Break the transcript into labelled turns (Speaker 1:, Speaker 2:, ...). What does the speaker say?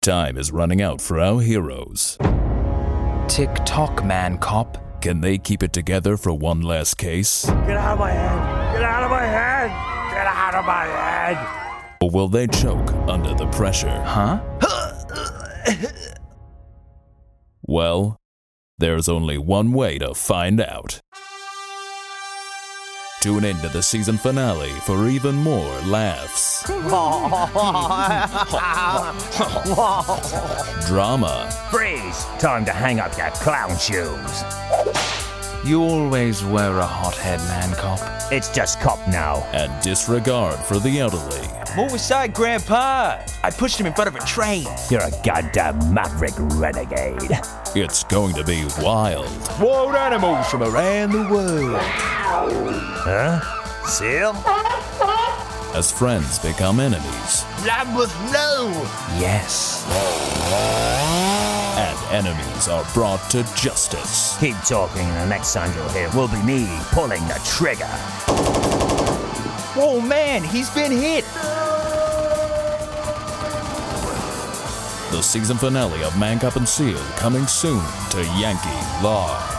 Speaker 1: Time is running out for our heroes.
Speaker 2: Tick tock, man cop.
Speaker 1: Can they keep it together for one last case?
Speaker 3: Get out of my head! Get out of my head! Get out of my head!
Speaker 1: Or will they choke under the pressure?
Speaker 2: Huh?
Speaker 1: Well, there's only one way to find out. Tune in to the season finale for even more laughs, drama,
Speaker 3: Freeze! Time to hang up your clown shoes.
Speaker 2: You always were a hothead, man cop.
Speaker 3: It's just cop now.
Speaker 1: and disregard for the elderly.
Speaker 2: What was that, Grandpa? I pushed him in front of a train.
Speaker 3: You're a goddamn maverick renegade.
Speaker 1: It's going to be wild.
Speaker 2: Wild animals from around the world.
Speaker 3: Seal?
Speaker 1: as friends become enemies
Speaker 2: Yes.
Speaker 1: and enemies are brought to justice.
Speaker 3: Keep talking, and the next time you'll hear will be me pulling the trigger.
Speaker 2: Oh man, he's been hit.
Speaker 1: The season finale of Man Cup and Seal coming soon to Yankee Law.